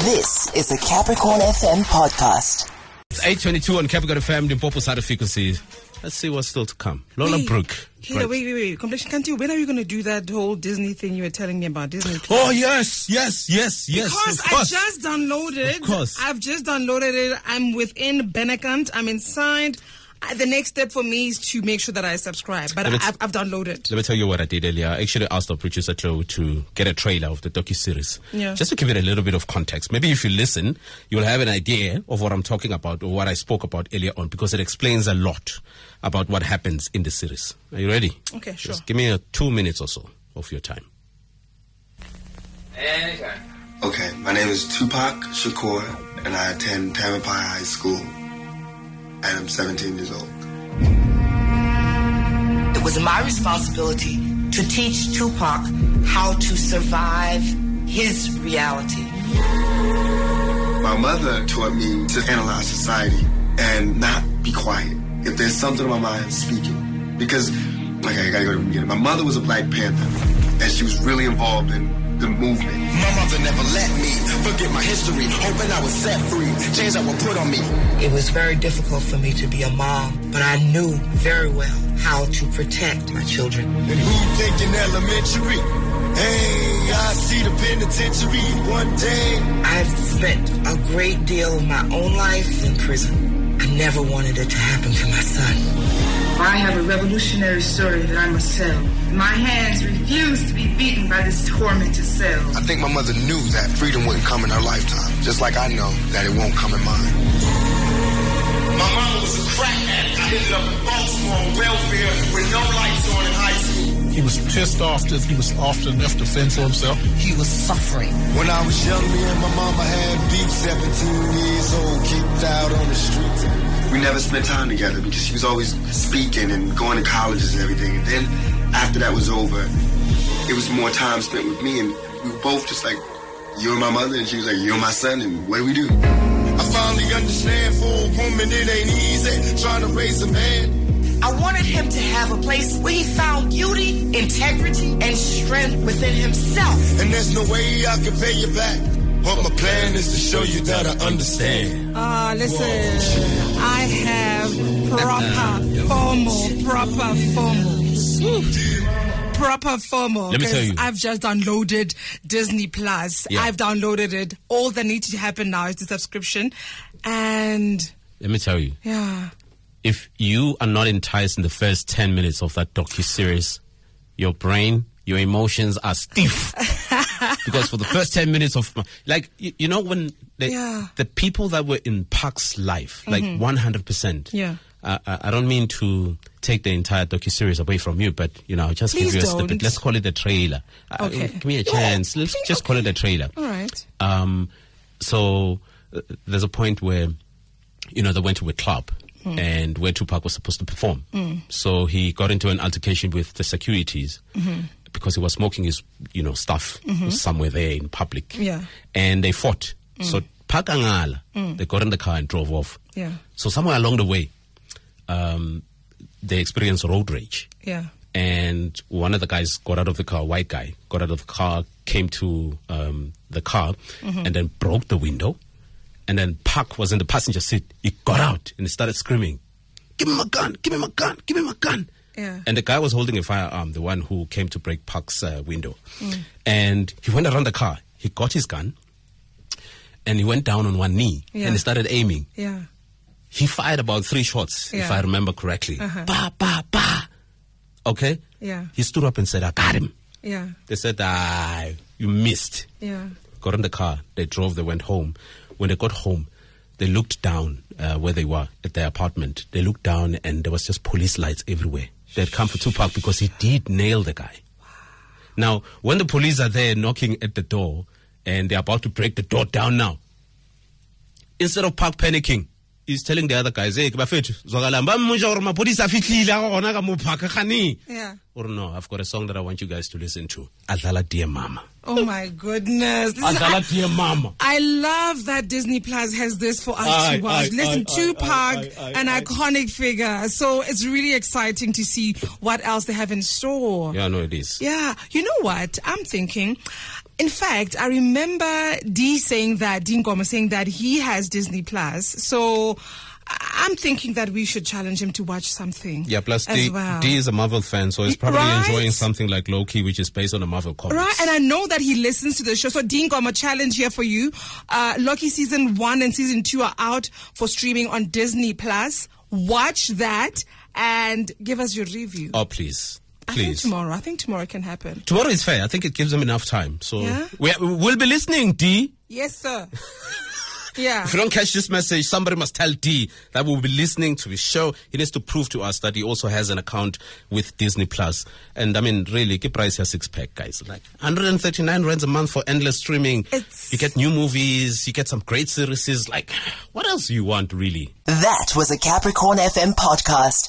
This is the Capricorn FM podcast. It's 822 on Capricorn FM, the Popo Side of Frequency. Let's see what's still to come. Lola Wait, Brook. Peter, wait, wait, wait. Completion Canty, when are you going to do that whole Disney thing you were telling me about? Disney Plus? Oh, yes, yes, yes, yes. Because of course. I just downloaded. Of course. I've just downloaded it. I'm within Benecant. I'm inside. I, the next step for me is to make sure that I subscribe. But Let me t- I've, I've Let downloaded. me tell you what I did earlier. I actually asked our producer Chloe to get a trailer of the docuseries. Yeah. Just to give it a little bit of context. Maybe if you listen, you'll have an idea of what I'm talking about or what I spoke about earlier on because it explains a lot about what happens in the series. Are you ready? Okay, sure. Just give me a two minutes or so of your time. Anytime. Okay, my name is Tupac Shakur, and I attend Tampa High School, and I'm 17 years old. It was my responsibility to teach Tupac how to survive his reality. My mother taught me to analyze society and not be quiet. If there's something on my mind, speak it. Because, okay, I gotta go to the beginning. My mother was a Black Panther, and she was really involved in the movement. My mother never let me forget my history, hoping I was set free. Change that were put on me. It was very difficult for me to be a mom, but I knew very well how to protect my children. And who thinking elementary? Hey, I see the penitentiary one day. I've spent a great deal of my own life in prison. I never wanted it to happen to my son. I have a revolutionary story that I must tell. My hands refuse to be beaten by this tormented cell. I think my mother knew that freedom wouldn't come in her lifetime, just like I know that it won't come in mine. My mama was a crack addict. I ended up in Baltimore on welfare with no lights on in high school. He was pissed off that he was often enough to fend for himself. He was suffering. When I was young, me and my mama had beef. 17 years old, kicked out on the streets. We never spent time together because she was always speaking and going to colleges and everything. And then after that was over, it was more time spent with me, and we were both just like, "You're my mother," and she was like, "You're my son," and what do we do? I finally understand for a woman it ain't easy trying to raise a man. I wanted him to have a place where he found beauty, integrity, and strength within himself. And there's no way I can pay you back. But my plan is to show you that I understand. Uh, listen, I have proper FOMO. Proper FOMO. Proper FOMO. Let me tell 'cause you. I've just downloaded Disney Plus. Yeah. I've downloaded it. All that needs to happen now is the subscription. And Let me tell you. yeah. if you are not enticed in the first 10 minutes of that docu-series your brain your emotions are stiff because for the first 10 minutes of my, like you, you know when the, Yeah. Mm-hmm. the people that were in Park's life like 100% Yeah. uh, I I don't mean to take the entire docu-series away from you but you know I'll just give Please you a don't. snippet let's call it a trailer Uh, Okay. give me a Yeah, chance let's please, just call it a trailer All right. um, so uh, there's a point where, you know, they went to a club Hmm. and where Tupac was supposed to perform. So he got into an altercation with the securities Mm-hmm. because he was smoking his, you know, stuff somewhere there in public. Yeah. Hmm. And they fought. So Park Angala, they got in the car and drove off. Yeah. So somewhere along the way, um, they experienced road rage Yeah. and one of the guys got out of the car, white guy, got out of the car, came to um, the car, Mm-hmm. and then broke the window. And then Park was in the passenger seat. He got out and he started screaming, "Give me my gun! Give me my gun! Give me my gun!" Yeah. And the guy was holding a firearm, the one who came to break Park's uh, window. Mm. And he went around the car. He got his gun, and he went down on one knee Yeah. and he started aiming Yeah. he fired about three shots, if Yeah. I remember correctly. Uh-huh. Ba, ba, ba. Okay? Yeah. He stood up and said, I got him. Yeah. They said, ah, you missed. Yeah. Got in the car, they drove, they went home. When they got home, they looked down uh, where they were at their apartment. They looked down and there was just police lights everywhere. They had come for Tupac because he did nail the guy. Now, when the police are there knocking at the door and they're about to break the door down now, instead of Park panicking, he's telling the other guys, hey, bafethu, zwakala, ba mmotsa hore maphodisa a fihlile, a gona ka moo Park, ga ne." Yeah. Or no, I've got a song that I want you guys to listen to. Adala Dear Mama. Oh my goodness. This is- Adala Dear Mama. I love that Disney Plus has this for us Aye, to watch. aye, Listen, aye, Tupac, aye, aye, aye, an aye. iconic figure. So it's really exciting to see what else they have in store. Yeah, no, it is. Yeah. You know what? I'm thinking In fact, I remember D saying that, Dean Goma saying that he has Disney Plus. So I- I'm thinking that we should challenge him to watch something. Yeah, plus as D, well. D is a Marvel fan, so he's Y- probably right? enjoying something like Loki, which is based on a Marvel comic. Right, and I know that he listens to the show. So, Dean, I'm a challenge here for you. Uh, Lucky season one and season two are out for streaming on Disney Plus. Watch that and give us your review. Oh, please. I think Please. tomorrow. I think tomorrow can happen. Tomorrow is fair. I think it gives them enough time. So Yeah? we, we'll be listening, D. Yes, sir. yeah. If you don't catch this message, somebody must tell D that we'll be listening to his show. He needs to prove to us that he also has an account with Disney Plus. And I mean, really, keep price here six pack, guys. Like 139 rands a month for endless streaming. It's- You get new movies, you get some great series. Like, what else you want, really? That was a Capricorn FM podcast.